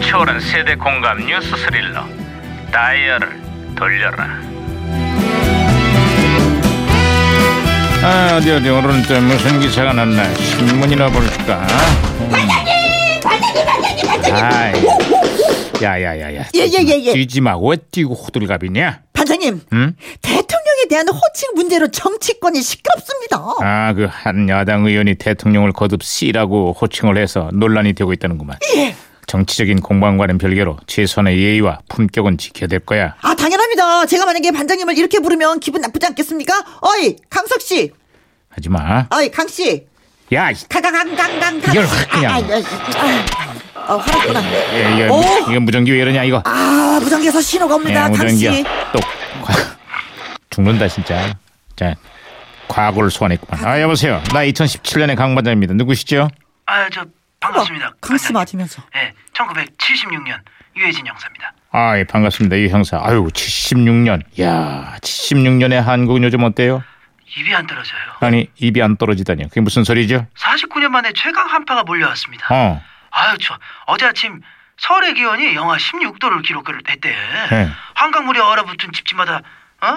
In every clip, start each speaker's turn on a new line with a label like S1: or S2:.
S1: 타오른 세대 공감 뉴스 스릴러 다이얼을 돌려라 아 어디 어디 오늘은 또 무슨 기사가 났나 신문이나 볼까
S2: 반장님 반장님 반장님
S1: 아이 야야야야
S2: 예예예예
S1: 뛰지 마왜 뛰고 호들갑이냐
S2: 반장님
S1: 응?
S2: 대통령에 대한 호칭 문제로 정치권이 시끄럽습니다
S1: 아 그 한 야당 의원이 대통령을 거듭 씨라고 호칭을 해서 논란이 되고 있다는구만
S2: 예.
S1: 정치적인 공방과는 별개로 최소한의 예의와 품격은 지켜야 될 거야
S2: 아 당연합니다 제가 만약에 반장님을 이렇게 부르면 기분 나쁘지 않겠습니까 어이 강석씨
S1: 하지마
S2: 어이 강씨
S1: 야
S2: 강강강강강
S1: 이걸 확 그냥.
S2: 어 화났구나
S1: 예, 이거,
S2: 오!
S1: 이거 무전기 왜 이러냐 이거 예,
S2: 아 무전기에서 신호가 옵니다 강씨
S1: 또 과- 죽는다 진짜 자 과거를 소환했구만 아 여보세요 나 2017년의 강반장입니다 누구시죠
S3: 아, 저 반갑습니다.
S2: 강씨
S3: 반장님.
S2: 맞으면서
S3: 예, 1976년 유해진 형사입니다.
S1: 아예 반갑습니다 이 형사 아유 76년 야 76년의 한국은 요즘 어때요
S3: 입이 안 떨어져요.
S1: 아니 입이 안 떨어지다니 그게 무슨 소리죠
S3: 49년 만에 최강 한파가 몰려왔습니다.
S1: 어
S3: 아유, 저 어제 아침 서울의 기온이 영하 16도를 기록했대. 네.
S1: 예.
S3: 한강물에 얼어붙은 집집마다 어?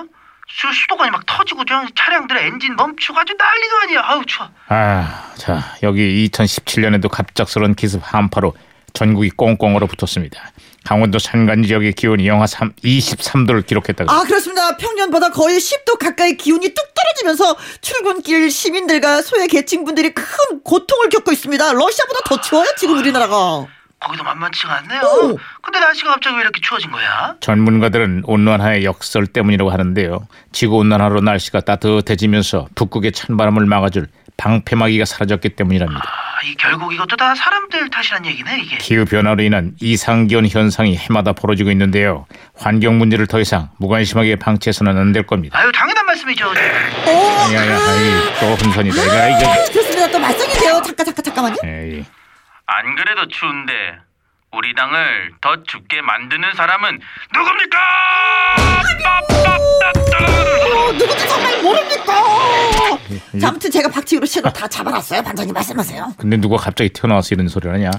S3: 수, 수도관이 막 터지고 그냥 차량들의 엔진 멈추고 아주 난리도 아니야. 아유, 추워.
S1: 아, 자, 여기 2017년에도 갑작스러운 기습 한파로 전국이 꽁꽁 얼어붙었습니다. 강원도 산간 지역의 기온이 영하 3, 23도를 기록했다고.
S2: 아 그렇습니다 평년보다 거의 10도 가까이 기온이 뚝 떨어지면서 출근길 시민들과 소외 계층분들이 큰 고통을 겪고 있습니다 러시아보다 더 추워요 지금 우리나라가
S3: 거기도 만만치가 않네요.
S2: 오.
S3: 근데 날씨가 갑자기 왜 이렇게 추워진 거야?
S1: 전문가들은 온난화의 역설 때문이라고 하는데요. 지구 온난화로 날씨가 따뜻해지면서 북극의 찬바람을 막아줄 방패막이가 사라졌기 때문이랍니다.
S3: 아, 이 결국 이것도 다 사람들 탓이란 얘기네, 이게.
S1: 기후 변화로 인한 이상기온 현상이 해마다 벌어지고 있는데요. 환경 문제를 더 이상 무관심하게 방치해서는 안 될 겁니다.
S3: 아유, 당연한 말씀이죠.
S2: 오,
S1: 야야, 아이, 또 혼선이다. 이거, 이거.
S2: 어? 아, 그렇습니다. 또 말썽이 돼요. 잠깐, 잠깐, 잠깐만요.
S1: 에이.
S4: 안 그래도 추운데 우리 당을 더 춥게 만드는 사람은 누굽니까?
S1: 아.
S2: 어, 누구지 정말 모릅니까?
S1: 예,
S2: 자, 아무튼 제가 박치기로 신호 다 잡아놨어요. 반장님 말씀하세요.
S1: 근데 누가 갑자기 튀어나와서 이런 소리를 하냐?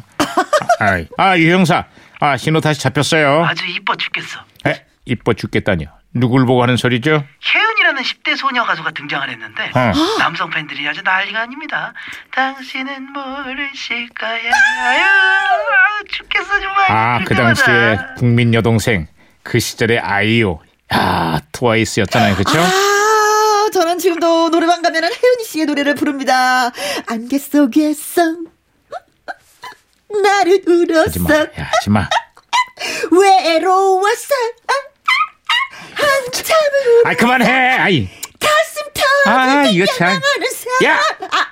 S1: 아이, 아, 유 형사. 아, 신호 다시 잡혔어요.
S3: 아주 이뻐 죽겠어.
S1: 에, 이뻐 죽겠다니요. 누굴 보고 하는 소리죠?
S3: 혜은이라는 10대 소녀 가수가 등장을 했는데
S1: 어.
S3: 남성 팬들이 아주 난리가 아닙니다. 당신은 모르실 거야. 아유, 아유 죽겠어 정말.
S1: 아, 그
S3: 불쌍하다.
S1: 당시에 국민 여동생. 그 시절의 아이유. 아, 트와이스였잖아요. 그쵸?
S2: 아, 저는 지금도 노래방 가면은 혜은이 씨의 노래를 부릅니다. 안개 속에서 나를
S1: 하지마.
S2: 울었어.
S1: 야, 하지마.
S2: 외로웠어. 아, 아, 아, 한참을 울어.
S1: 아이, 그만해! 아이.
S2: 가슴
S1: 아, 이거
S2: 터지게
S1: 참.
S2: 향하는 사람.
S1: 야!
S2: 아,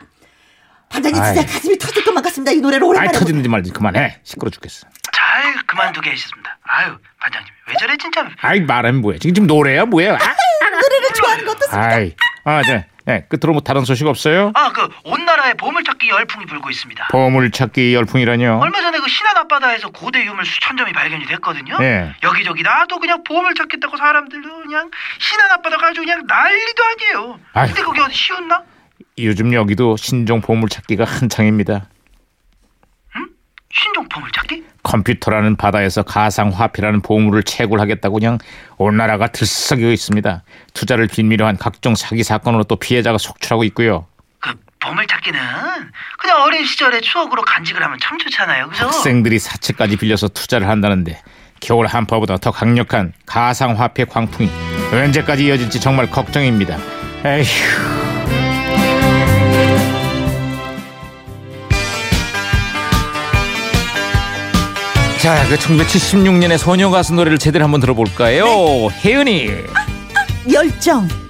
S2: 반장님 진짜
S1: 아이.
S2: 가슴이 터질 것만 같습니다. 이 노래를
S1: 아이,
S2: 오랜만에.
S1: 터지는지 말지. 그만해. 시끄러 죽겠어.
S3: 잘 그만두게 해주셨습니다. 아유 반장님 왜 저래 진짜.
S1: 아이, 말하면 뭐야. 지금 지금 노래야? 뭐야? 아,
S2: 노래를 좋아하는 것도
S1: 아이. 아, 자. 예, 끝으로 뭐 다른 소식 없어요?
S3: 아 그 온 나라에 보물찾기 열풍이 불고 있습니다.
S1: 보물찾기 열풍이라뇨.
S3: 얼마 전에 그 신안 앞바다에서 고대 유물 수천 점이 발견이 됐거든요.
S1: 예.
S3: 여기저기 나도 그냥 보물 찾겠다고 사람들도 그냥 신안 앞바다 가지고 그냥 난리도 아니에요.
S1: 아유.
S3: 근데 그게 어디 쉬웠나?
S1: 요즘 여기도 신종 보물 찾기가 한창입니다.
S3: 신종 보물 찾기?
S1: 컴퓨터라는 바다에서 가상 화폐라는 보물을 채굴하겠다고 그냥 온 나라가 들썩이고 있습니다. 투자를 빌미로 한 각종 사기 사건으로 또 피해자가 속출하고 있고요.
S3: 그 보물찾기는 그냥 어린 시절의 추억으로 간직을 하면 참 좋잖아요, 그죠?
S1: 학생들이 사채까지 빌려서 투자를 한다는데 겨울 한파보다 더 강력한 가상 화폐 광풍이 언제까지 이어질지 정말 걱정입니다. 에휴. 자, 그 1976년의 소녀 가수 노래를 제대로 한번 들어볼까요? 혜은이.
S2: 열정